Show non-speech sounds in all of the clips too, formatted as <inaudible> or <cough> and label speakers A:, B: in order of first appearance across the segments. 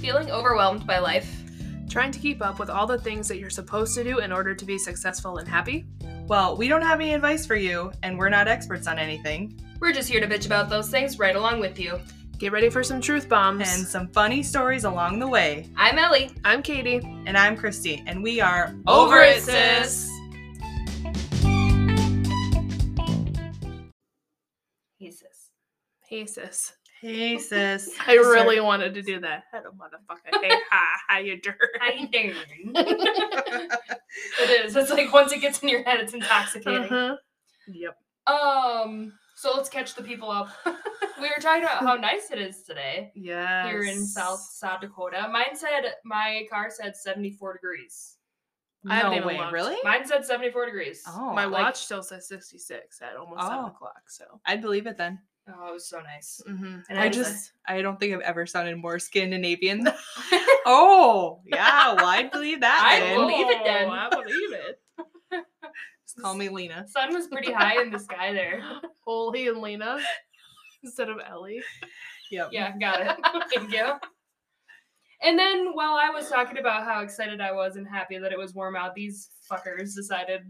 A: feeling overwhelmed by life.
B: Trying to keep up with all the things that you're supposed to do in order to be successful and happy.
C: Well, we don't have any advice for you, and we're not experts on anything.
A: We're just here to bitch about those things right along with you.
B: Get ready for some truth bombs.
C: And some funny stories along the way.
A: I'm Ellie.
B: I'm Katie.
C: And I'm Christy, and we are
A: Over It, Sis. He says.
B: Hey sis.
C: Hey, sis.
B: I really wanted to do that. Hello motherfucker. Hey hi, how you doing?
A: How you doing? <laughs> it is. It's like once it gets in your head, it's intoxicating.
B: Uh-huh. Yep.
A: Um, so let's catch the people up. we were talking about how nice it is today
B: Yeah.
A: here in South South Dakota. Mine said my car said 74 degrees.
C: No
B: I haven't even
C: way,
B: looked.
C: really?
A: Mine said 74 degrees.
C: oh,
B: My
A: like-
B: watch still says 66 at almost 7
C: Oh.
B: o'clock, so.
C: I'd believe it then.
A: Oh, it was so nice.
B: Mm-hmm.
A: And
C: I
A: was
C: just, I don't think I've ever sounded more Scandinavian. than- <laughs>
A: like,
C: oh, yeah. Well, I'd believe that.
A: I
C: then.
A: will- Believe it then.
B: I believe it.
C: Just call me Lena.
A: the sun was pretty high in the sky there.
B: Holy and Lena instead of Ellie.
C: Yep.
A: Yeah, got it. <laughs> Thank you. And then while I was talking about how excited I was and happy that it was warm out, these fuckers decided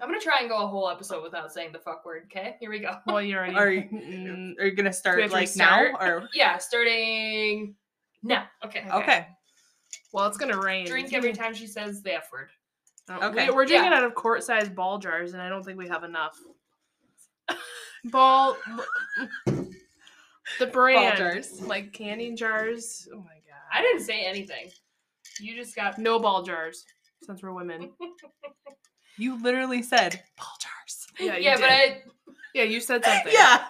A: I'm gonna try and go a whole episode without saying the fuck word. Okay, here we go.
B: Well, you're already.
C: Are, you- Mm, are you
B: we
C: gonna
B: have
C: start
B: to
C: like
B: restart?
C: now or
A: Yeah, starting now. Okay.
C: okay?
B: well, it's gonna rain.
A: Drink every time she says the F word.
B: Oh,
C: Okay.
B: We, are doing
A: Yeah.
B: it out of quart-sized ball jars, and I don't think we have enough. <laughs> Ball. <laughs> the brand.
C: jars.
B: Like canning jars. Oh my god.
A: I didn't say anything. You just got
B: No ball jars, since
A: <laughs>
B: we're women.
C: You literally said ball jars.
B: Yeah, you
A: yeah, but
B: did.
A: I,
B: yeah, you said something.
C: <laughs> Yeah.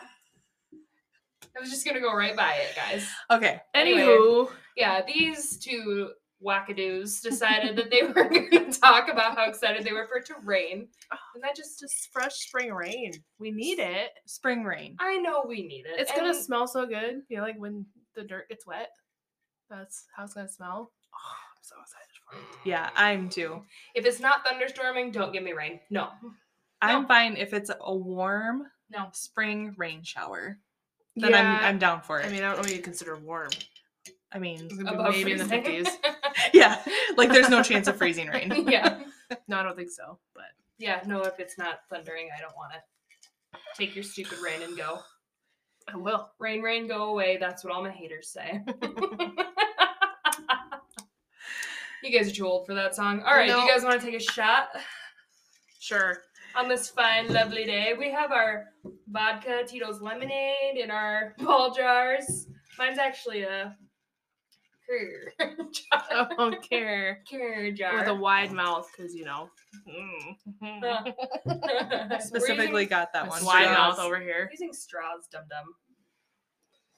A: I was just gonna go right by it, guys.
C: Okay.
B: Anywho,
A: Yeah, these two wackadoos decided that they <laughs> were going to talk about how excited they were for it to rain, and that just
B: just fresh spring rain. We need it.
C: Spring rain.
A: I know we need it.
B: It's gonna
A: and
B: smell so good. You know, like when the dirt gets wet. That's how it's gonna smell. Oh, I'm so excited for it.
C: Yeah, I'm too.
A: If it's not thunderstorming, don't give me rain.
B: <laughs>
A: No, <laughs>
C: I'm fine if it's a warm
A: no.
C: spring rain shower. Then I'm I'm down for it.
B: I mean, I don't know what you consider warm.
C: I mean,
B: It's gonna be
A: Above
B: maybe in the
A: freezing.
B: fifties.
C: <laughs> yeah, like there's no chance of
B: <laughs>
C: freezing rain. <laughs>
A: yeah,
B: No, I don't think so. But
A: yeah. No, if it's not thundering, I don't want to take your stupid rain and go.
B: I will.
A: Rain, rain, go away. That's what all my haters say. <laughs> you guys are too old for that song. All right, do
B: No.
A: you guys want to take a shot?
B: Sure. <laughs>
A: on this fine, lovely day. We have our vodka, Tito's lemonade, and our ball jars. Mine's actually a cur <laughs> jar.
B: I don't care.
A: Cur
B: With a
A: jar.
B: wide mouth, because you know. Mm.
A: Uh, We're
C: Specifically
A: using,
C: got that
B: It's
C: one.
B: wide
C: for
B: mouth
C: us.
B: over here,
A: we're using straws, dum dum.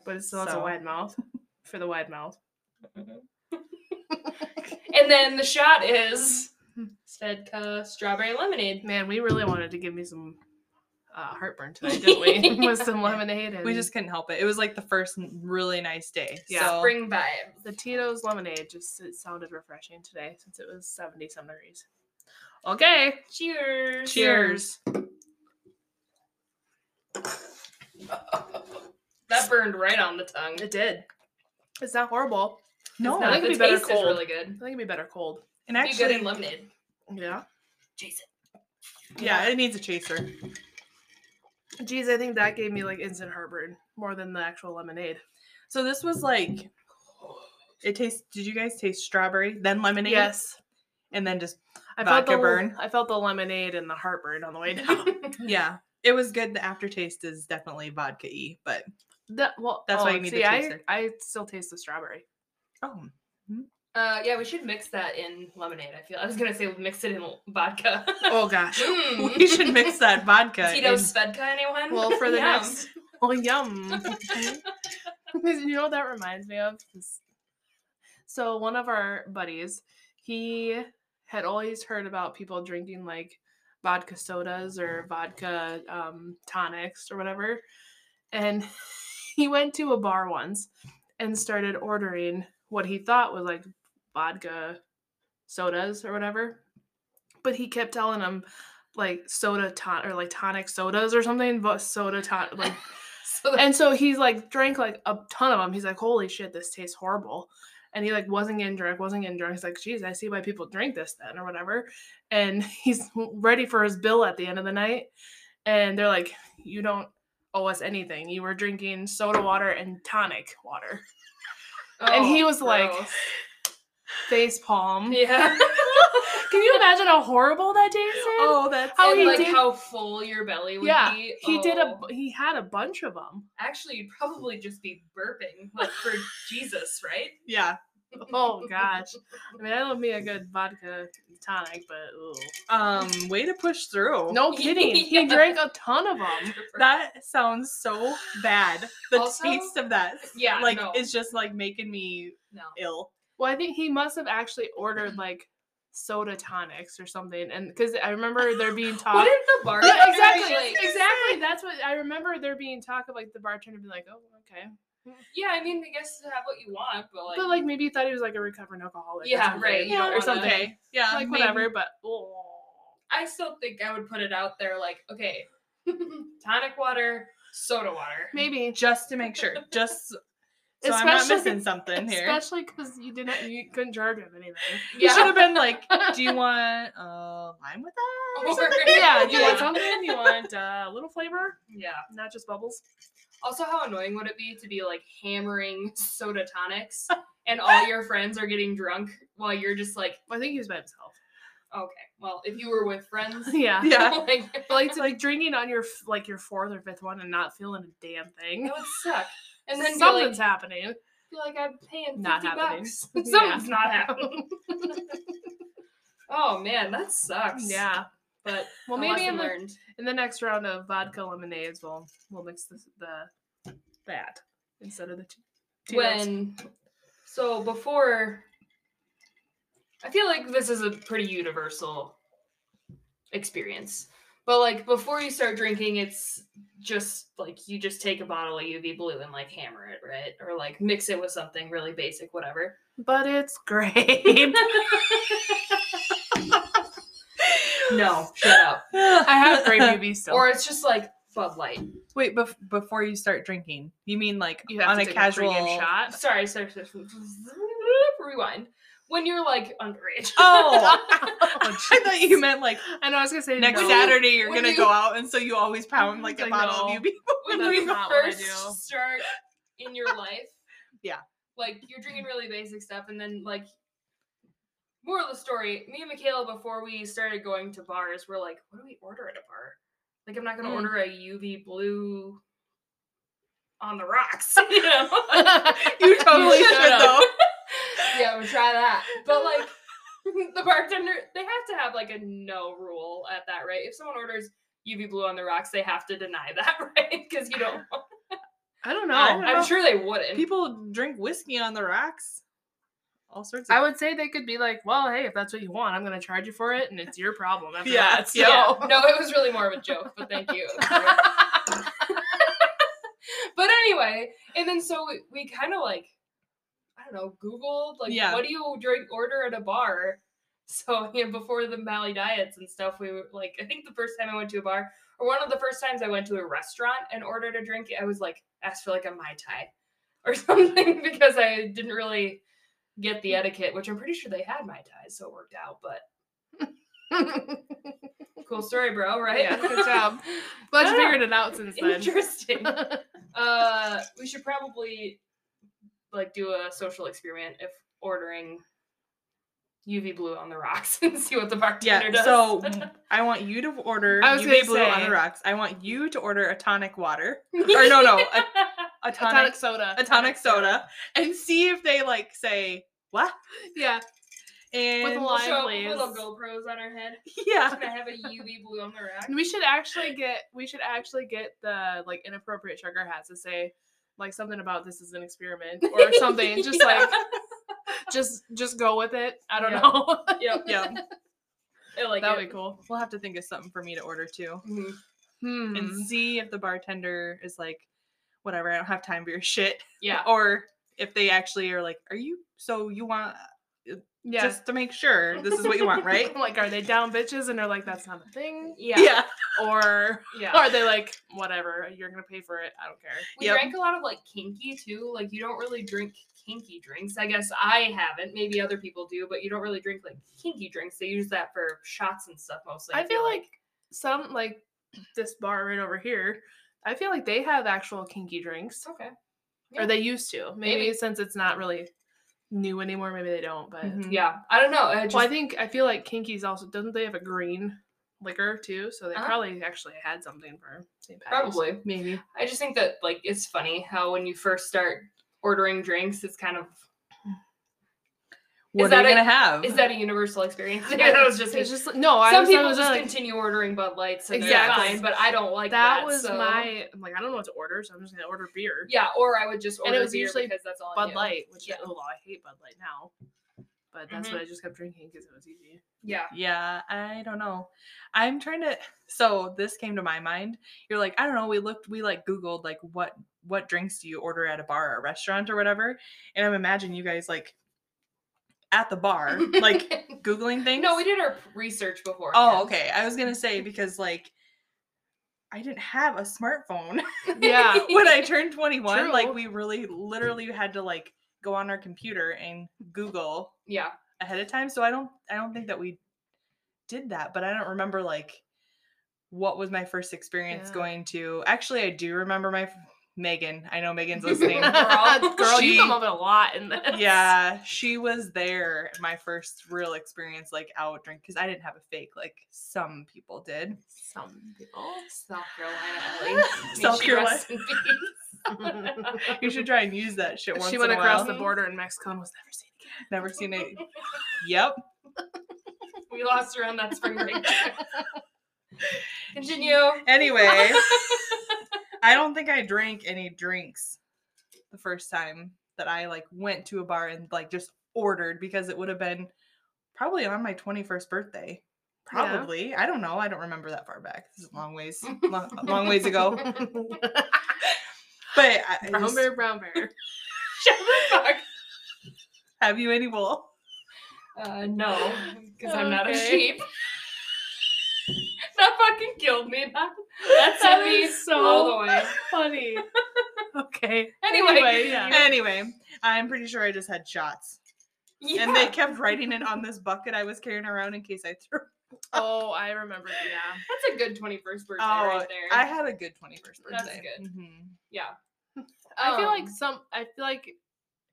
B: but it's still has a
C: So.
B: wide mouth <laughs> for the wide mouth.
A: And then the shot is
B: Hmm.
A: Svedka strawberry lemonade.
B: Man, we really wanted to give me some uh, heartburn tonight, didn't
C: <laughs>
B: we? <laughs> With some lemonade and
C: We just couldn't help it. It was like the first n- really nice day.
B: Yeah.
C: so
A: Spring vibe.
B: the Tito's lemonade just it sounded refreshing today since it was 70 some degrees. Okay.
A: Cheers.
C: Cheers.
A: That burned right on the tongue.
B: It did. It's not horrible.
C: no,
B: not-
A: No, the
B: it could be
A: taste
B: better
A: is
B: cold.
A: really good.
B: I think it'd be better cold.
C: and
A: Be good in
C: actually,
A: lemonade.
B: Yeah.
A: Jason.
C: yeah, it needs a chaser.
B: Geez, I think that gave me like instant heartburn more than the actual lemonade.
C: So this was like, it tastes. Did you guys taste strawberry, then lemonade,
B: Yes.
C: and then just
B: I
C: Vodka
B: felt the
C: burn.
B: I felt the lemonade and the heartburn on the <laughs> way down.
C: yeah. It was good. The aftertaste is definitely vodka y, but
B: that, well,
C: That's why
B: oh,
C: you need the
B: see, I,
C: chaser.
B: I still taste the strawberry.
C: oh,
A: Uh, yeah, we should mix that in lemonade. I feel I was gonna say mix it in l- vodka. <laughs>
B: Oh gosh. <laughs>
A: Mm.
C: <laughs> we should mix that vodka.
A: Tito
C: in-
A: Svedka, anyone?
B: Well, for the
A: <laughs> Yum.
B: next, well, yum. you know what that reminds me of? Is- So one of our buddies, he had always heard about people drinking like vodka sodas or vodka um, tonics or whatever, and <laughs> he went to a bar once and started ordering what he thought was like vodka sodas or whatever, but he kept telling them like soda ton or like tonic sodas or something, but soda ton like
A: <laughs> So that-
B: and so he's like drank like a ton of them. He's like, holy shit, this tastes horrible. and he like wasn't getting drunk, wasn't getting drunk. He's like, geez, I see why people drink this then or whatever. And <laughs> he's ready for his bill at the end of the night. And they're like, you don't owe us anything. You were drinking soda water and tonic water. and he
A: Oh,
B: was like,
A: gross.
B: Face palm.
A: yeah.
B: Can you imagine how horrible that tasted? <laughs>
C: Oh, that's
B: <laughs> How
A: and
B: he
A: like
B: did-
A: how full your belly would
B: Yeah,
A: be.
B: he did a
A: Oh.
B: he had a bunch of them.
A: Actually, you'd probably just be burping, like
B: <laughs>
A: for Jesus, right?
C: yeah.
B: Oh gosh. I mean, I love me a good vodka tonic, but ooh.
C: Um, way to push <laughs> through.
B: no <laughs> kidding. He
A: Yeah.
B: drank a ton of them.
C: that sounds so bad. The
A: Also-
C: taste of that,
A: Yeah,
C: like
A: no.
C: it's just like making me
A: no.
C: ill.
B: Well, I think he must have actually ordered like soda tonics or something, and because I remember there <laughs> being talk.
A: What if the bartender?
B: Yeah, exactly,
A: like-
B: exactly. That's what I remember there being talk of like the bartender being like, "Oh, okay,"
A: yeah, I mean, I guess have what you want, but like,
B: but like maybe he thought he was like a recovering alcoholic. or
A: Yeah,
B: something,
A: right, you
B: you know,
A: don't
B: or
A: wanna-
B: something.
C: Okay. Yeah.
B: Like
C: maybe.
B: whatever, but oh.
A: I still think I would put it out there, like, okay, tonic water, soda
B: <laughs>
A: water.
B: maybe
C: Just to make sure. Just so I'm not
B: Especially-
C: missing something here.
B: especially because you didn't you couldn't charge him anything.
C: You should
A: Yeah.
C: have been like, do you want uh, lime with that?
B: Oh, <laughs>
A: <laughs>
C: or
A: Or- <laughs>
C: something?"
B: <laughs> Yeah, do you <laughs>
A: Yeah.
B: want something? You want uh, a little flavor,
A: yeah.
B: not just bubbles.
A: Also, how annoying would it be to be like hammering <laughs> soda
B: <laughs>
A: tonics and all your friends are getting drunk while you're just like,
B: Well, I think he was by himself.
A: okay, well, if you were with friends,
B: <laughs>
A: <laughs>
B: Yeah.
C: Yeah.
A: like,
B: But <laughs> like, to like drinking on your f- like your fourth or fifth one and not feeling a damn thing.
A: that would suck. And then be like,
B: something's happening.
A: feel like I'm paying 50
B: Not happening.
A: bucks. <laughs>
B: <laughs> Yeah.
A: Something's not happening. <laughs> oh man, that sucks.
B: Yeah.
A: But
B: Well,
A: a
B: maybe
A: lesson
B: in the,
A: learned.
B: in the next round of vodka lemonades, we'll we'll mix this, the that instead of the t- Tito's.
A: when so before I feel like this is a pretty universal experience. But like before you start drinking, it's just like you just take a bottle of UV blue and like hammer it, right? Or like mix it with something really basic, whatever.
B: But it's great. <laughs>
A: No, shut
B: <laughs>
A: up.
B: I
C: <laughs>
A: <laughs>
B: have great UV still.
A: Or it's just like Bud Light.
C: Wait, bef- before you start drinking, you mean like
B: you have
C: on
B: to
C: a
B: take
C: casual
B: a
A: <laughs>
B: pregame shot.
A: sorry, sorry, sorry. Rewind. When you're like underage.
C: Oh,
B: <laughs>
C: <laughs> I thought you meant like
B: I know. I was gonna say
C: next
B: no. <laughs>
C: Saturday you're
A: when
C: gonna
A: you-
C: go out, and so you always pound like a
B: Like,
C: bottle
B: no.
C: of UB.
A: when
B: That's
A: you
B: not what I
A: first
B: do.
A: start in your life.
C: Yeah.
A: Like you're drinking really basic stuff, and then like moral of the story, me and Michaela before we started going to bars, we're like, what do we order at a bar? Like I'm not gonna
C: Mm.
A: order a UV blue on the rocks, <laughs> you know? you
C: <laughs> Totally
A: shut
C: should
A: up.
C: though.
A: yeah, we'll try that. But like
C: <laughs>
A: the bartender, they have to have like a no rule at that, right? If someone orders UV blue on the rocks, they have to deny that, <laughs> right? Because you don't.
B: I don't know.
C: I don't
A: I'm sure they wouldn't.
C: People drink whiskey on the rocks. All sorts of.
B: I would say they could be like, well, hey, if that's what you want, I'm gonna charge you for it, and it's your problem. After <laughs>
C: Yeah,
B: that.
A: yeah.
B: So-
A: No, it was really more of a joke, but thank
B: <laughs>
A: you. but anyway, and then so we, we kind of like, I don't know, Googled like,
C: Yeah.
A: what do you drink order at a bar? So <laughs> you know, before the Mali diets and stuff, we were like, I think the first time I went to a bar, or one of the first times I went to a restaurant and ordered a drink, I was like, asked for like a mai tai <laughs> or something because I didn't really get
B: Mm.
A: the etiquette, which I'm pretty sure they had mai tais, so it worked out. But
B: <laughs>
A: <laughs> cool story, bro. Right?
B: Yeah, good job.
C: <laughs>
B: Glad you
A: Yeah.
B: figured it out since then. <laughs>
A: Interesting. uh, we should probably like do a social experiment if ordering UV blue on the rocks <laughs> and see what the bartender
C: yeah.
A: does.
C: So
A: <laughs>
C: I want you to order
B: I was
C: UB
B: gonna
C: blue on
B: say-
C: the rocks. I want you to order a tonic <laughs> water, or no, no, a, a
B: A tonic,
C: tonic,
B: soda.
C: a tonic soda, and see if they like say what
B: Yeah.
C: and
B: With a
A: we'll
B: lime,
A: show up with
B: please.
A: little GoPros on our
B: <laughs>
A: head.
C: <laughs> yeah.
A: Can I have a UV blue on the rock?
B: And we should actually get we should actually get the like inappropriate sugar hats to say like something about this is an experiment
C: <laughs>
B: or something. Just like just just go with it. I don't
A: Yeah.
B: know.
C: <laughs>
A: like yep,
C: Yeah,
A: I like
B: that
A: it.
B: would be cool.
C: we'll have to think of something for me to order too,
A: Mhm.
B: Hmm.
C: and
A: Mm-hmm.
C: see if the bartender is like, whatever, I don't have time for your <laughs> shit,
A: Yeah,
C: or if they actually are like, are you so you want
B: Yeah.
C: just to make sure this is what you want, right?
B: <laughs> like, are they down bitches? And they're like, that's not a thing.
A: <laughs> Yeah.
B: Or
A: yeah.
B: are they like, whatever, you're gonna pay for it. I don't care.
A: We
C: Yep.
A: drank a lot of like kinky too. Like you don't really drink kinky drinks. I guess I haven't. Maybe other people do, but you don't really drink like kinky drinks. They use that for shots and stuff mostly.
B: I feel like some like <clears throat> this bar right over here. I feel like they have actual kinky drinks,
A: okay.
B: or they used to. Oh, Maybe,
A: Maybe.
B: since it's not really new anymore, maybe they don't. But
C: Mhm.
A: Yeah, I don't know. I just,
B: Mm-hmm. well, I think I feel like kinkies also doesn't they have a green liquor too? So they
A: Uh-huh.
B: probably actually had something for St. Patrick's. <laughs>
A: probably.
C: Maybe.
A: I just think that like it's funny how when you first start ordering drinks, it's kind of
C: What
A: that
C: are you
A: a-
C: gonna have?
B: Uh-huh.
A: is that a universal experience? <laughs> that was just me.
B: It's just no. I
A: Some
B: was, I
A: people
B: was
A: just
B: like,
A: continue ordering Bud Lights and
B: Exactly.
A: they're fine, but I don't like that.
B: that, was
A: so-
B: my I'm like I don't know what to order, so I'm just gonna order beer.
A: yeah. Or I would just
B: And
A: order
B: it was
A: beer
B: usually
A: because that's all I
B: Bud
A: knew.
B: Light, which
A: Yeah.
B: oh, well, I hate Bud Light now, but that's what I just kept drinking because it was <laughs> easy.
A: Yeah.
C: Yeah, I don't know. I'm trying to so this came to my mind. You're like, I don't know, we looked we like googled like what what drinks do you order at a bar or restaurant or whatever? And I'm imagining you guys like at
A: <laughs>
C: the bar, like googling things.
A: no, we did our research before.
C: Oh, okay. I was going
B: <laughs>
C: to say because like I didn't have a smartphone <laughs>
B: Yeah. <laughs>
C: when I turned 21. Like
B: True.
C: we really literally had to like go on our computer and google
A: Yeah.
C: ahead of time so i don't i don't think that we did that but i don't remember like what was my first experience
B: Yeah.
C: going to actually i do remember my f- megan i know megan's
B: <laughs>
C: listening
A: Girl.
B: Girl, you come
C: She-
B: up with a lot in this. <laughs>
C: yeah she was there at my first real experience like out drink because i didn't have a fake like some people did
B: Some people.
A: South Carolina. Ellie. <laughs>
C: South
A: May she rest in peace. <laughs>
C: you should try and use that shit once
B: she went
C: in a
B: across
C: while.
B: the border in Mexico and was never seen again.
C: never seen it <laughs> yep
A: we lost her on that spring
B: <laughs>
A: break. Continue. <laughs>
C: anyway i don't think i drank any drinks the first time that i like went to a bar and like just ordered because it would have been probably on my 21st birthday probably i don't know i don't remember that far back this is a
B: <laughs>
C: long ways long, long ways ago but I, I
B: brown
C: just-
B: bear, brown bear.
A: Fuck.
C: have you any wool
A: Uh, <laughs> no, because I'm not a
B: Okay.
A: sheep. <laughs> that fucking killed me. That, <laughs> that sent me
B: is so
A: all the way.
B: Funny. Okay.
A: Anyway, <laughs>
B: yeah.
C: anyway i'm pretty sure i just had shots
A: Yeah.
C: and they kept writing it on this bucket i was carrying around in case i threw
B: Oh, I remember. Yeah.
A: that's a good 21st birthday
C: Oh,
A: right there.
C: i had a good 21st
A: That's
C: birthday
A: good.
C: Mhm.
A: yeah. <laughs>
B: I feel like
A: Um,
B: some. I feel like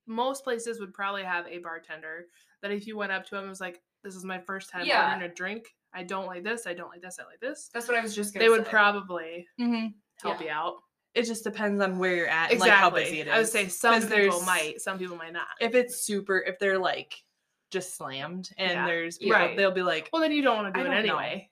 B: most places would probably have a bartender that if you went up to him and was like, "This is my first time
A: Yeah.
B: ordering a drink. I don't like this. I don't like this. I like this."
A: that's what I was just gonna
B: They would
A: say.
B: probably
C: Mhm.
B: help
A: Yeah.
B: you out.
C: it just depends on where you're at and
B: Exactly.
C: like how busy it is.
B: I would say some
C: 'Cause
B: people
C: there's-
B: might, some people might not.
C: if it's super if they're like just slammed and
B: Yeah.
C: there's people,
B: Right.
C: they'll be like
B: well, then you don't want to
C: I
B: do it
C: don't know.
B: anyway.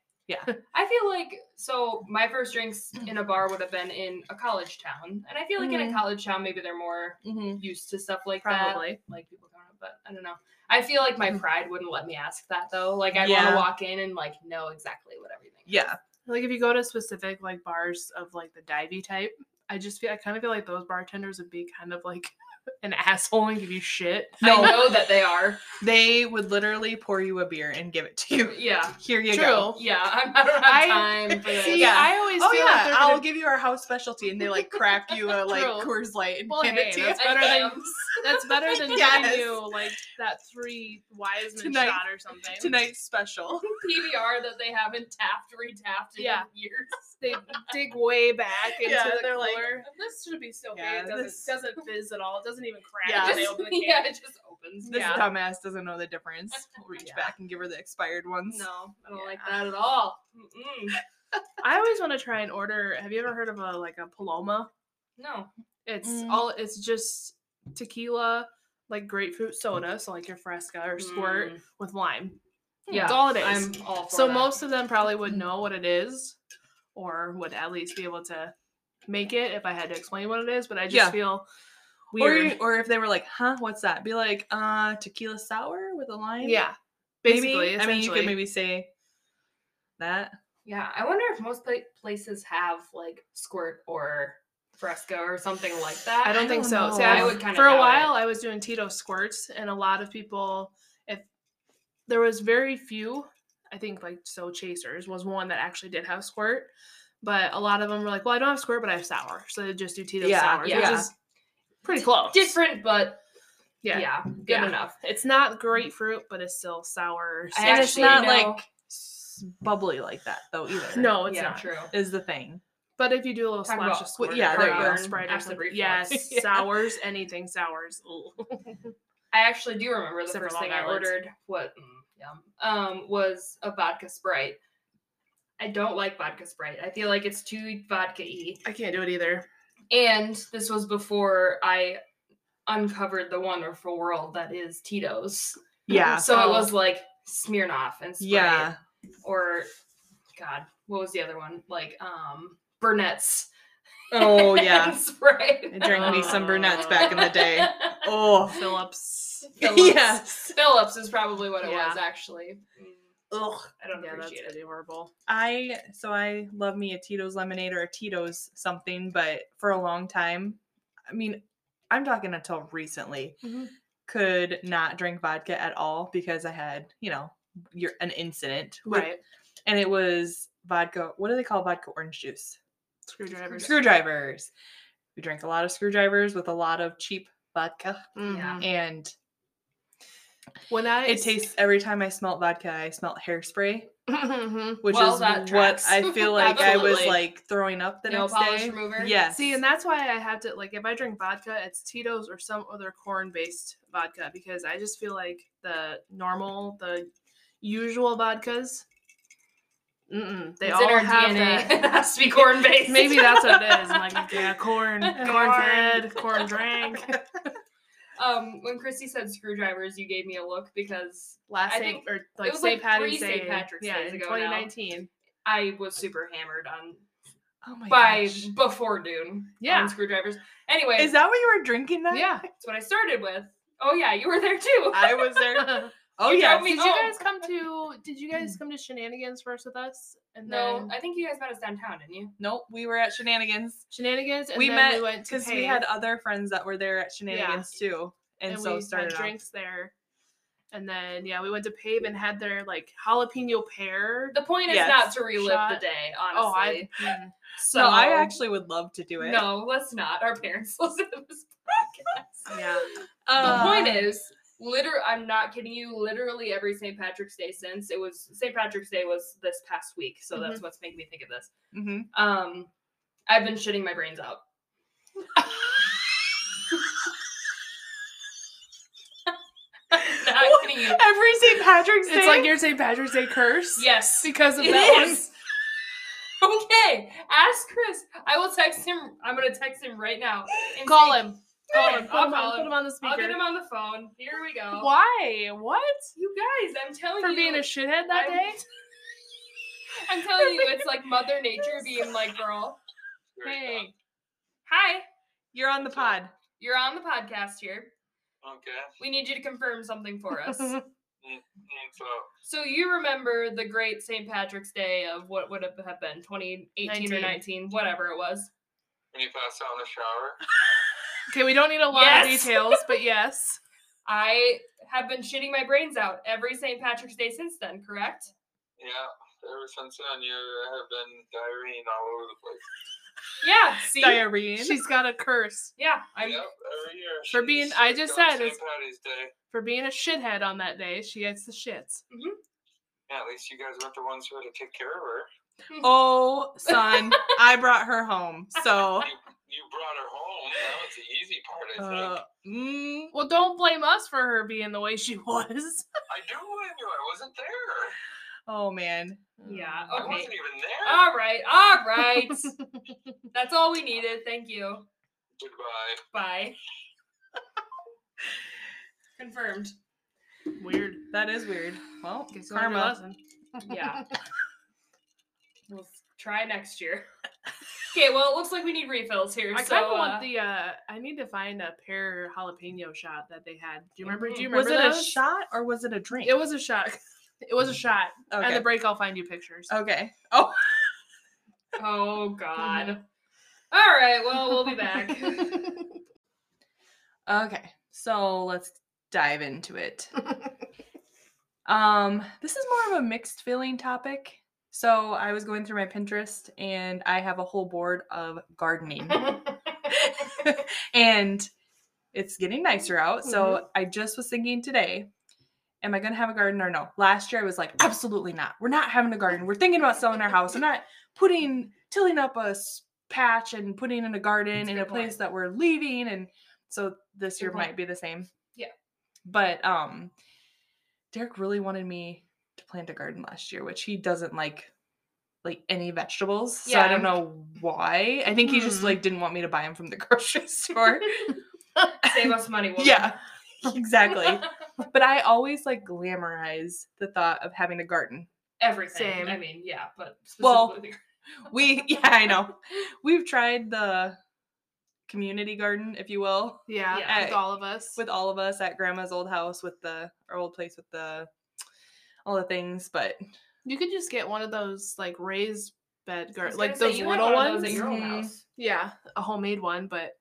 A: I feel like so my first drinks in a bar would have been in a college town, and I feel like in a
C: Mhm.
A: college town maybe they're more
C: mhm.
A: used to stuff like that,
B: Probably.
A: like people coming up. But I don't know. I feel like
B: Mm-hmm.
A: my pride wouldn't let me ask that though. Like I'd want
C: Yeah.
A: to walk in and like know exactly what everything. is.
C: yeah
B: Like if you go to specific like bars of like the divey type, I just feel I kind of feel like those bartenders would be kind of like <laughs> an asshole and give you shit.
A: I
C: no
A: know that they
B: <laughs>
A: are.
C: they would literally pour you a beer and give it to you <laughs>
A: Yeah,
C: here you go
A: yeah. <laughs> I'm, I don't have
B: I-
A: time for this.
B: See,
C: Yeah.
B: I always
C: oh
B: feel like
C: yeah
B: they're
C: i'll
B: gonna-
C: give you our house specialty and they like crack
B: <laughs>
C: you a like
B: True.
C: Coors Light and
B: Well,
C: hand
B: hey,
C: it to you
B: that's better than
A: Thanks.
B: <laughs> that's better than
C: Yes.
B: giving you like that three Wiseman
C: Tonight-
B: shot or something.
C: tonight's special <laughs>
A: PBR that they haven't tapped, retapped in
B: Yeah.
A: years.
B: <laughs> They dig way back into
C: Yeah,
B: the
C: they're
B: cooler.
C: like,
B: this should be so
C: Yeah,
B: big. It doesn't,
C: this-
B: doesn't fizz at all. It doesn't <laughs> even crack.
C: Yeah.
B: when
A: Just-
B: they open the can.
A: <laughs> yeah, it just opens.
C: this
B: Yeah.
C: dumbass doesn't know the difference
B: <laughs>
C: reach
B: Yeah.
C: back and give her the expired ones
A: No, I don't like
B: Yeah.
A: that at all. Mm-mm.
B: I always want to try and order. Have you ever heard of a like a paloma?
A: No.
B: It's
C: Mm.
B: all it's just tequila, like grapefruit soda, so like your Fresca or Squirt
A: Mm.
B: with lime.
A: Yeah,
B: it's all it is.
A: I'm all for
B: so
A: that.
B: most of them probably would know what it is, or would at least be able to make it if I had to explain what it is. But I just
C: Yeah.
B: feel
C: Or,
B: weird.
C: you, or if they were like, huh, what's that? Be like, uh, tequila sour with a lime.
B: yeah,
C: Maybe-
B: basically.
C: I mean, you
B: essentially.
C: could maybe say that.
A: Yeah, I wonder if most pla- places have like squirt or fresco or something like that.
B: I don't
C: I
B: think
C: don't
B: so. See,
C: know.
B: I,
C: I
A: would kinda
B: for a
A: doubt
B: while I was doing Tito squirts, and a lot of people, if there was very few. I think like so chasers was one that actually did have squirt, but a lot of them were like, well, I don't have squirt, but I have sour, so they just do Tito's
C: Yeah,
B: sours,
A: yeah.
B: which is pretty close.
A: Different, but yeah,
B: yeah.
A: good
B: Yeah.
A: enough.
B: It's not grapefruit, but it's still sour.
A: I
C: and it's
A: actually
C: not
A: know-
C: like s- bubbly like that though either.
B: no, it's
A: yeah,
B: not.
A: true.
C: is the thing.
B: But if you do a little
A: Talk
B: splash
A: about-
B: of squirt,
C: yeah,
B: or
C: there you
B: a
C: go.
B: little Sprite or
A: Acid
B: something-
A: reflux.
B: Yes,
C: Yeah.
B: sours, anything sours. Ooh.
A: I actually do remember the
B: Except for
A: first
B: Long
A: thing I
B: Island.
A: ordered. What? mm, Yum. Um, was a vodka Sprite. I don't like vodka Sprite. I feel like it's too vodka y.
B: I can't do it either.
A: And this was before I uncovered the wonderful world that is Tito's.
C: Yeah.
A: So it was like Smirnoff and Sprite.
C: Yeah.
A: Or, God, what was the other one? Like, um, Burnett's. <laughs>
C: Oh
A: and
C: <laughs> yeah.
A: Sprite.
C: I
A: <laughs>
C: drank me some Burnett's back in the <laughs> day. Oh.
B: Phillips.
A: Phillips.
C: Yes.
A: Phillips is probably what it
B: Yeah.
A: was, actually. Mm,
C: Ugh.
A: I don't
B: yeah, that's
A: appreciate it.
B: pretty horrible.
C: I so I love me a Tito's lemonade or a Tito's something, but for a long time, I mean, I'm talking until recently,
B: Mhm.
C: could not drink vodka at all because I had, you know, your an incident, with-
B: Right.
C: And it was vodka. What do they call vodka orange juice?
B: Screwdrivers.
C: Screwdrivers. We drank a lot of screwdrivers with a lot of cheap vodka,
A: Yeah.
B: Mhm.
C: and
B: When I <laughs>
C: it tastes. Every time I smelt vodka, I smelt hairspray,
B: Mhm.
C: which
A: Well,
C: is
A: that
C: what
A: tracks.
C: I feel like I was
A: Absolutely.
C: like throwing up the
A: Nail
C: next
A: polish
C: day.
A: remover?
C: Yes.
B: See, and that's why I have to like if I drink vodka, it's Tito's or some other corn-based vodka because I just feel like the normal, the usual vodkas. Mm-mm, they
A: it's
B: all
A: in our
B: have
A: DNA. <laughs>
B: that.
A: it has to be
B: <laughs>
A: corn based.
B: Maybe that's what it is.
A: <laughs>
B: I'm like, yeah, corn, corn
C: Corn.
B: bread, corn drink.
A: Um, when Christy said screwdrivers, you gave me a look because
B: Last
A: I
B: Saint
A: think
B: or like
A: was,
B: St.
A: like,
B: Patrick's
A: pre-St.
B: Day,
A: Patrick's
B: yeah,
A: days
B: in
A: ago now.
B: 2019.
A: I was super hammered on
C: oh my
A: by
C: gosh.
A: before noon.
B: Yeah.
A: on screwdrivers. Anyway,
C: Is that what you were drinking that?
B: Yeah,
A: <laughs>
B: <laughs>
A: that's what I started with. Oh yeah, you were there too.
C: <laughs> I
B: <laughs>
C: was there. Oh
A: You
C: yeah.
A: drove me
B: did you
A: home.
B: guys come to? Did you guys come to Shenanigans first with us? And
A: no,
B: then
A: I think you guys met us downtown, didn't you?
C: Nope, we were at Shenanigans.
B: Shenanigans. And
C: we
B: then
C: met
B: we went to
C: because we
B: Pave,
C: had other friends that were there at Shenanigans too, and, so
B: we
C: started
B: had
C: off-
B: drinks there. And then yeah, we went to Pave and had their like jalapeno pear.
A: The point is
C: Yes.
A: not to relive the
B: Shot.
A: day, honestly.
B: Oh, I mm,
A: so
C: No, I actually would love to do it.
A: no, let's not. Our parents <laughs> listen to this podcast.
B: yeah.
A: the point
C: Uh,
A: is literally i'm not kidding you literally every st patrick's day since it was st patrick's day was this past week so
B: Mhm.
A: that's what's making me think of this
C: Mhm.
A: um i've been shitting my brains out <laughs> not kidding you
C: Every St. Patrick's Day,
B: It's like your St. Patrick's Day curse.
A: yes
B: <laughs> because of
A: it
B: that one.
A: is <laughs> okay ask chris i will text him i'm gonna text him right now and
B: Call
A: say-
B: him. Call him.
A: I'll
B: Put him
A: call
B: on, put
A: him.
B: him on the
A: i'll get
B: speaker.
A: him on the phone here we go
B: Why? What?
A: you guys i'm telling
B: For
A: you <laughs>
B: being a shithead that
A: I'm-
B: day?
A: I'm telling you, it's like Mother Nature being like, girl,
B: Hey.
A: hi,
C: you're on the pod.
A: you're on the podcast here.
D: Okay.
A: We need you to confirm something for
B: <laughs>
A: us.
D: And so,
A: so you remember the great St. Patrick's Day of what would have have been 2018 or
B: 19.
A: 19, whatever it was.
D: when you pass out in the shower,
B: <laughs> Okay, we don't need a lot of
A: Yes.
B: details, but yes.
A: I have been shitting my brains out every St. Patrick's Day since then, correct?
D: yeah, ever since then, you have been diarrheaing all over the place.
A: Yeah, see?
C: Diarrhea.
B: She's got a curse
A: yeah, I'm
D: yep, every year.
B: For
D: she
B: being-
D: gets
B: I
D: sick
B: just
D: on
B: said
D: St.
B: it's-
D: Patty's Day.
B: for being a shithead on that day. She gets the shits.
D: Yeah, at least you guys weren't the ones who had to take care of her.
C: Oh, son, I brought her home. So,
D: You, you brought her home. That was the easy part, <laughs> I think.
C: uh, mm,
B: Well, don't blame us for her being the way she was.
D: I do blame you. I wasn't there.
C: oh man,
A: Yeah,
D: I
A: okay.
D: wasn't even there.
B: Uh.
A: All right, all
B: <laughs>
A: right. That's all we needed. Thank you.
D: Goodbye.
A: Bye. Confirmed.
B: Weird.
C: that is weird. Well,
B: Guess you learned your
C: karma.
B: lesson.
A: Yeah. <laughs> we'll try next year. <laughs> Okay, well, it looks like we need refills here.
B: I
A: so,
B: kind of
A: uh,
B: want the. uh I need to find a pear jalapeno shot that they had. Do you remember? Do you
A: Mhm.
B: remember
C: Was it a
B: those?
C: shot or was it a drink?
B: It was a shot. <laughs> It was a shot.
C: Okay.
B: And the break, I'll find you pictures. <laughs>
C: okay. Oh,
A: Oh, God. All right, well, we'll be <laughs> back. <laughs>
C: Okay, so let's dive into it. Um, this is more of a mixed feeling topic. So I was going through my Pinterest and I have a whole board of gardening. <laughs> and it's getting nicer out.
A: Mm-hmm.
C: So I just was thinking today, am I going to have a garden or no? Last year I was like, absolutely not. We're not having a garden. We're thinking about selling our house. We're not putting, tilling up a s- patch and putting in a garden
A: That's a
C: in a
A: good point.
C: place that we're leaving. And so this
A: Good
C: year
A: point.
C: might be the same.
A: Yeah.
C: But um Derek really wanted me to plant a garden last year, which he doesn't like like any vegetables. So
A: Yeah.
C: I
A: Hmm.
C: don't know why. I think he just
B: Mhm.
C: like didn't want me to buy them from the <laughs>
A: <laughs>
C: grocery store.
A: Save us money. Woman.
C: yeah.
A: <laughs>
C: Exactly. but I always like glamorize the thought of having a garden.
A: Everything.
B: Same.
A: I mean, yeah, but
C: Well,
A: specifically
C: We <laughs> yeah, I know.
A: <laughs>
C: We've tried the community garden, if you will,
B: Yeah,
A: Yeah.
B: with all of us.
C: with all of us at grandma's old house with the our old place with the all the things, but
B: you could just get one of those like raised bed
A: I
B: gar-
A: was gonna
B: like
A: say,
B: those
A: you had
B: little
A: one of
B: ones.
A: those at your own
C: Mhm.
A: house.
B: yeah, a homemade one, but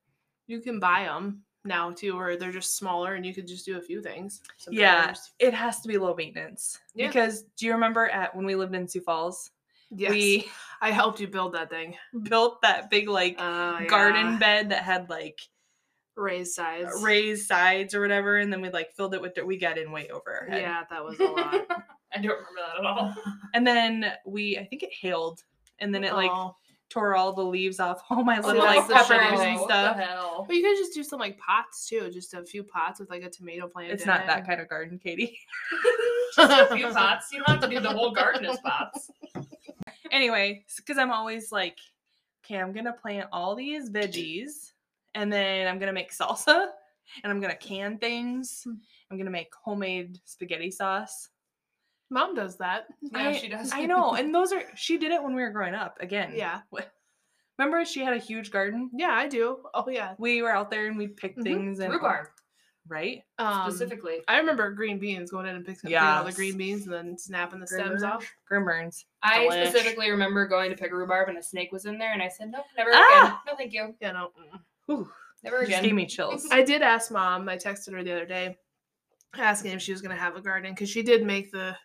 B: you can buy them now too, or they're just smaller and you could just do a few things.
C: Yeah,
B: sometimes.
C: it has to be low maintenance.
B: Yeah.
C: Because do you remember at when we lived in Sioux Falls,
B: Yes.
C: we <laughs>
B: I helped you build that thing.
C: built that big like
B: Uh,
C: garden bed that had like
B: raised size.
C: raised sides or whatever, and then we like filled it with dirt. We got in way over our head.
B: Yeah, that was a
C: <laughs>
B: lot.
A: I don't remember that at all. <laughs>
C: And then we, I think it hailed, and then it like
B: Oh.
C: tore all the leaves off <laughs> all my little
B: that's
C: like
B: the
C: peppers
B: shitty
C: and
B: thing.
A: What the
C: stuff.
A: hell?
B: But you could just do some like pots too, just a few pots with like a tomato plant.
C: It's
B: in
C: not
B: it. <laughs>
C: that kind of garden, Katie.
A: Just a few pots. You don't have to do the whole garden as <laughs> pots.
C: anyway, because I'm always like, okay, I'm gonna plant all these veggies, and then I'm gonna make <laughs> salsa, and I'm gonna can things. I'm gonna make homemade spaghetti sauce.
B: Mom does that.
A: Yeah,
C: I-
A: she does.
C: I know, and those are she did it when we were growing up. Again,
B: Yeah.
C: Wh- Remember, she had a huge garden.
B: Yeah, I do. Oh yeah.
C: We were out there and we'd pick
B: Mhm.
C: things
A: <laughs>
C: and
A: Rhubarb,
C: right?
B: Um,
A: specifically.
B: I remember green beans going in and picking picking all the
C: Yes.
B: green beans and then snapping the stems
C: Remember?
B: off.
C: Grim Burns.
A: I
C: delish.
A: specifically remember going to pick rhubarb and a snake was in there, and I said, "Nope, never
C: Ah!
A: again. No, thank you.
B: You know. mm.
C: Whew,
A: Never
C: just gave
A: again."
B: <laughs>
C: me chills.
B: I did ask mom. I texted her the other day, asking if she was going to have a garden because she did make the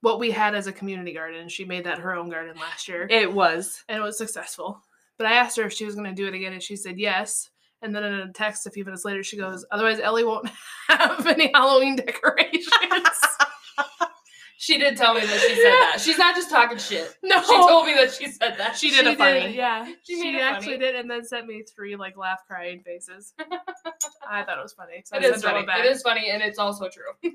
B: what we had as a community garden. She made that her own garden last year,
C: It was.
B: and it was successful. But I asked her if she was going to do it again, and she said yes. And then in a text a few minutes later, she goes, "Otherwise, Ellie won't <laughs> have any Halloween decorations." <laughs>
A: She did tell me that she said that. She's not just talking shit.
B: no,
A: She
B: <laughs>
A: told me that she said that.
C: She did a funny.
B: Yeah, she,
A: She made a
B: actually
A: funny.
B: did, and then sent me three like laugh crying
A: <laughs>
B: faces. I thought it was funny. So
A: It
B: I
A: is
B: sent her
A: funny.
B: one back.
A: It is funny, and it's also true. <laughs> I'm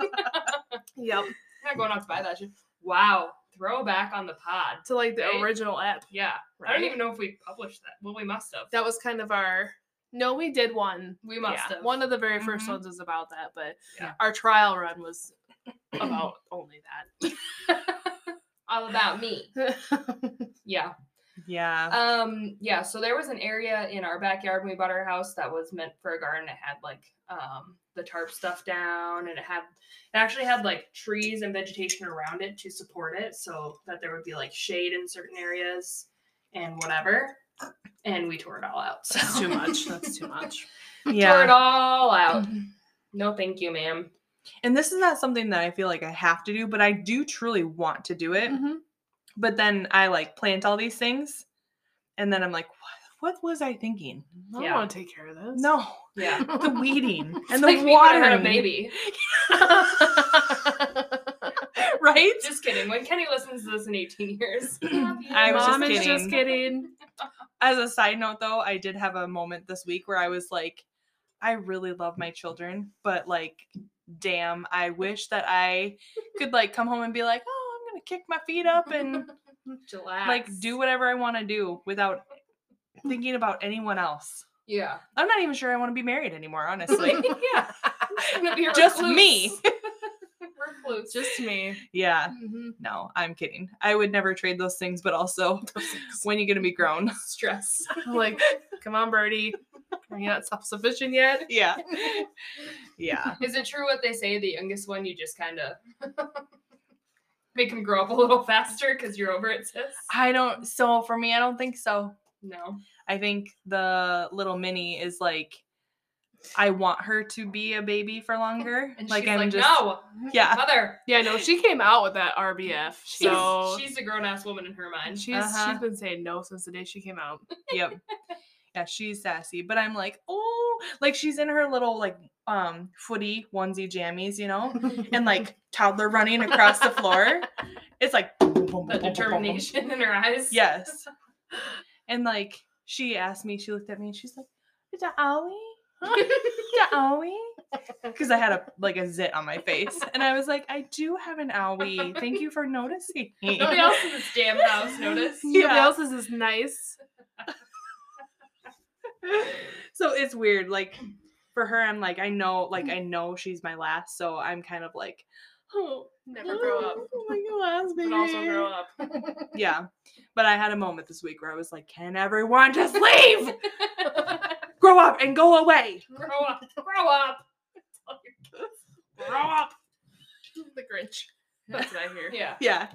B: Yep.
A: not going out to buy that shit. Wow, throwback on the pod.
B: To like the
A: Right?
B: original app.
A: Yeah, I don't
B: Right?
A: even know if we published that. Well, we must have.
B: That was kind of our. No, we did one.
A: we must
B: Yeah,
A: have. Mm-hmm.
B: One of the very 1st
C: Mhm.
B: ones was about that, but
A: Yeah.
B: our trial run was about only
A: all about
B: <laughs>
A: me.
B: that.
A: Yeah.
C: Yeah.
A: <laughs> Um. Yeah. So there was an area in our backyard when we bought our house that was meant for a garden. It had like um the tarp stuff down, and it had it actually had like trees and vegetation around it to support it, so that there would be like shade in certain areas and whatever. And we tore it all out. So
B: That's too much.
C: <laughs>
B: That's too much.
A: <laughs> tore it
C: yeah.
A: all out.
C: Mm-hmm.
A: No, thank you, ma'am.
C: And this is not something that I feel like I have to do, but I do truly want to do it.
B: Mhm.
C: But then I like plant all these things and then I'm like, what, what was I thinking?
B: I
A: Yeah.
B: want to take care of this. <laughs>
C: No,
A: Yeah.
C: the
A: <laughs>
C: weeding and
A: It's
C: <laughs> the
A: like
C: watering,
A: me when I had a baby.
C: <laughs> right?
A: Just kidding. When Kenny listens to this in 18
B: <clears throat>
A: years,
C: I was just
B: Mom is just kidding.
C: As a side note, though, I did have a moment this week where I was like, I really love my children, but like, damn, I wish that I could like come home and be like, oh, I'm gonna kick my feet up and
A: <laughs> Chillax.
C: like do whatever I want to do without thinking about anyone else.
A: Yeah.
C: I'm not even sure I want to be married anymore, honestly.
A: <laughs>
B: <laughs>
A: yeah. <laughs> I'm gonna be a
C: Just me. <laughs>
A: <laughs> recluse. Mm-hmm.
B: Just me.
C: yeah,
B: Mhm.
C: no, I'm kidding. I would never trade those things, but also, <laughs> when you gonna be grown? <laughs>
A: stress.
B: like, come on, Birdie. Are you not self sufficient yet?
C: yeah, yeah.
A: <laughs> Is it true what they say? The youngest one, you just kind of <laughs> make him grow up a little faster because you're over it, sis.
C: I don't. So for me, I don't think so.
A: No.
C: I think the little mini is like, I want her to be a baby for longer.
A: <laughs> And
C: like
A: she's
C: I'm
A: like,
C: just
A: no,
C: yeah.
A: mother.
B: Yeah, no, she came out with that RBF.
A: She's,
B: So she's
A: she's a grown ass woman in her mind.
B: she's,
C: Uh-huh.
B: she's been saying no since the day she came out.
C: <laughs> <laughs> Yep. Yeah, she's sassy, but I'm like, oh, like she's in her little like um footy onesie jammies, you know, and like toddler running across
A: <laughs>
C: the floor. It's like boom, boom, boom,
A: The
C: <laughs> boom, boom, boom, boom.
A: determination in her eyes.
C: <laughs> Yes. And like she asked me, she looked at me and she's like, Is that Ollie? <laughs> Is that Ollie?
A: <laughs>
C: Because I had a like a zit on my face. And I was like, I do have an owie. Thank you for noticing.
A: Nobody else in this damn house noticed.
B: Nobody
C: Yeah.
B: else's is nice.
C: so it's weird. Like for her, I'm like, I know, like I know she's my last, so I'm kind of like, oh,
B: <laughs> Never grow up.
C: oh, <laughs> like a last baby.
A: But also grow up.
C: Yeah. But I had a moment this week where I was like, can everyone
A: <laughs>
C: just leave? grow up and go away.
A: grow up. Grow up. Tell your kids, Grow up.
B: The Grinch. That's what I hear.
A: Yeah.
C: Yeah.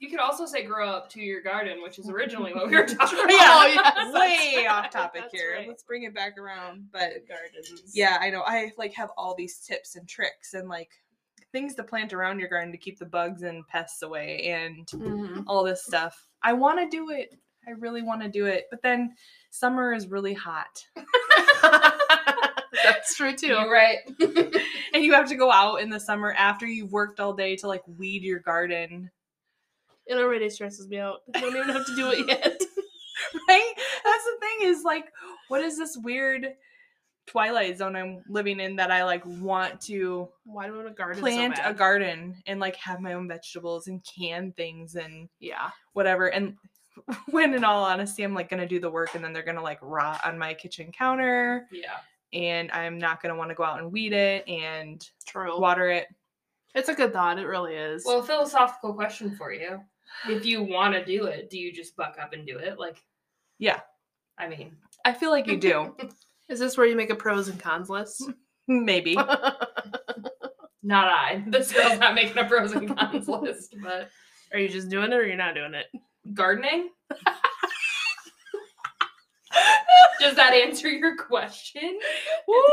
A: You could also say grow up to your garden, which is originally what we were talking about.
C: <laughs> yeah,
B: yes,
C: way
B: Oh, that's
C: off
B: right,
C: topic
B: that's
C: here.
B: right.
C: Let's bring it back around. But
B: Gardens.
C: yeah, I know. I like have all these tips and tricks and like things to plant around your garden to keep the bugs and pests away and
B: Mhm.
C: all this stuff. I want to do it. I really want to do it. But then summer is really <laughs> hot
B: That's true
A: You're
B: too.
A: right.
C: and you have to go out in the summer after you've worked all day to like weed your garden. <laughs>
B: It already stresses me out. I don't even have to do it yet.
C: Right? That's the thing is like what is this weird twilight zone I'm living in that I like want to
B: Why do I want a garden? so
C: plant a
B: bad?
C: garden and like have my own vegetables and can things and
B: Yeah.
C: whatever and <laughs> when in all honesty i'm like gonna do the work and then they're gonna like rot on my kitchen counter
A: Yeah.
C: and i'm not gonna want to go out and weed it and
B: True.
C: water it
B: It's a good thought. It really is.
A: Well, philosophical question for you. If you want to do it, do you just buck up and do it? Like,
C: Yeah.
A: I mean,
C: i feel like you do
B: <laughs> is this where you make a pros and cons list? <laughs>
C: maybe
B: Are
A: not I. <laughs> This girl's not making a pros and <laughs> cons list, but
B: you just doing it or you're not doing it?
A: <laughs> gardening. Does that answer your question?
C: Ooh,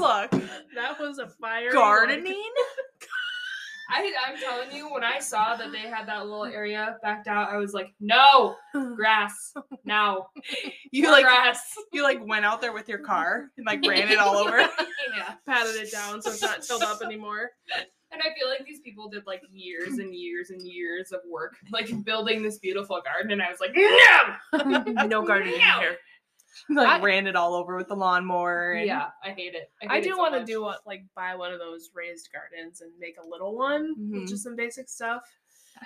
B: <laughs>
C: look
B: <laughs> That was a fire.
C: gardening
A: I, I'm telling you, when I saw that they had that little area backed out, I was like, <gasps> no, grass, now,
C: you like
A: grass.
C: you like went out there
B: <laughs>
C: with your car and like ran it all
A: <laughs>
C: over <laughs>
A: yeah.
B: Patted it down so it's not filled up anymore.
A: And I feel like these people did like years and years and years of work, like building this beautiful garden. And I was like, no!
B: <laughs> no gardening
A: No.
B: here.
C: like
B: I-
C: ran it all over with the lawnmower and
A: Yeah, I hate it.
B: I
A: hate it
B: do
A: so
B: want to
A: much.
B: do what like buy one of those raised gardens and make a little one with
C: Mhm.
B: just some basic stuff.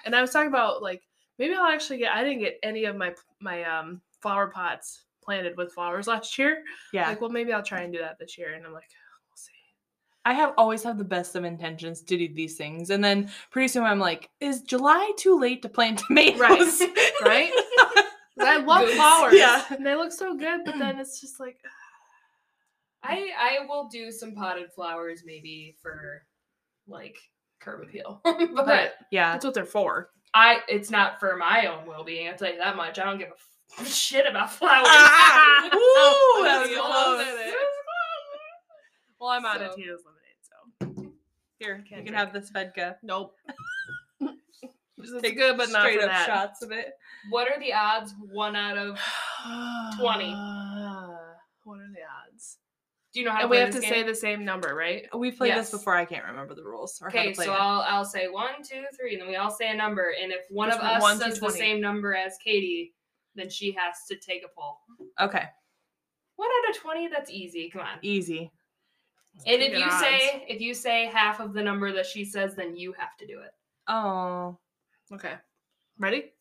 B: And I was talking about like maybe I'll actually get I didn't get any of my my um flower pots planted with flowers last year.
C: yeah
B: Like well maybe I'll try and do that this year and I'm like we'll see.
C: I have always have the best of intentions to do these things, and then pretty soon I'm like, "Is July too late to plant <laughs> tomatoes?"
B: Right? 'Cause I love
A: Goose.
B: flowers.
C: Yeah.
B: And they look so good, but then it's just like
A: I I will do some potted flowers maybe for like curb appeal, <laughs> but
B: Right. <laughs>
C: yeah,
B: that's what they're for.
A: I it's not for my own well being. I'll tell you that much. I don't give a f- shit
B: <laughs>
A: about flowers. <laughs>
C: Ah! Ooh, that was
A: You
C: close.
A: know?
B: Well I'm out of
A: So-
B: Tito's lemonade, so
C: here you
B: Can't
C: can
B: drink.
C: have this vodka.
B: Nope. <laughs> It's good, but not
C: straight
B: for
C: up
B: that.
C: shots of it.
A: What are the odds? One out of.
B: <sighs>
A: 20.
B: Ah, what are the odds?
A: Do you know how to
B: And we
A: play
B: have to
A: this game?
B: say the same number, right?
C: We played
A: Yes.
C: this before. I can't remember the rules or how
A: Okay,
C: to play
A: so
C: it.
A: I'll I'll say one, two, three, and then we all say a number. And if one
B: Just
A: of us
B: one through
A: says the
B: 20.
A: same number as Katie, then she has to take a poll.
C: okay,
A: One out of twenty, that's easy. Come on.
C: easy.
A: And
B: pretty
A: if
B: good
A: you
B: odds.
A: say if you say half of the number that she says, then you have to do it.
C: Oh,
B: Okay. Ready?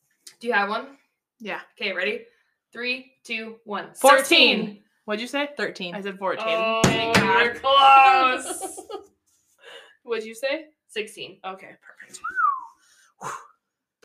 A: Do you have one?
B: Yeah.
A: Okay, ready? Three, two, one.
C: 14.
A: 13.
B: What'd you say?
C: thirteen.
B: I said 14.
A: Oh,
B: Thank God.
A: you're close.
B: What'd you say?
A: Sixteen.
B: Okay, perfect. Whew.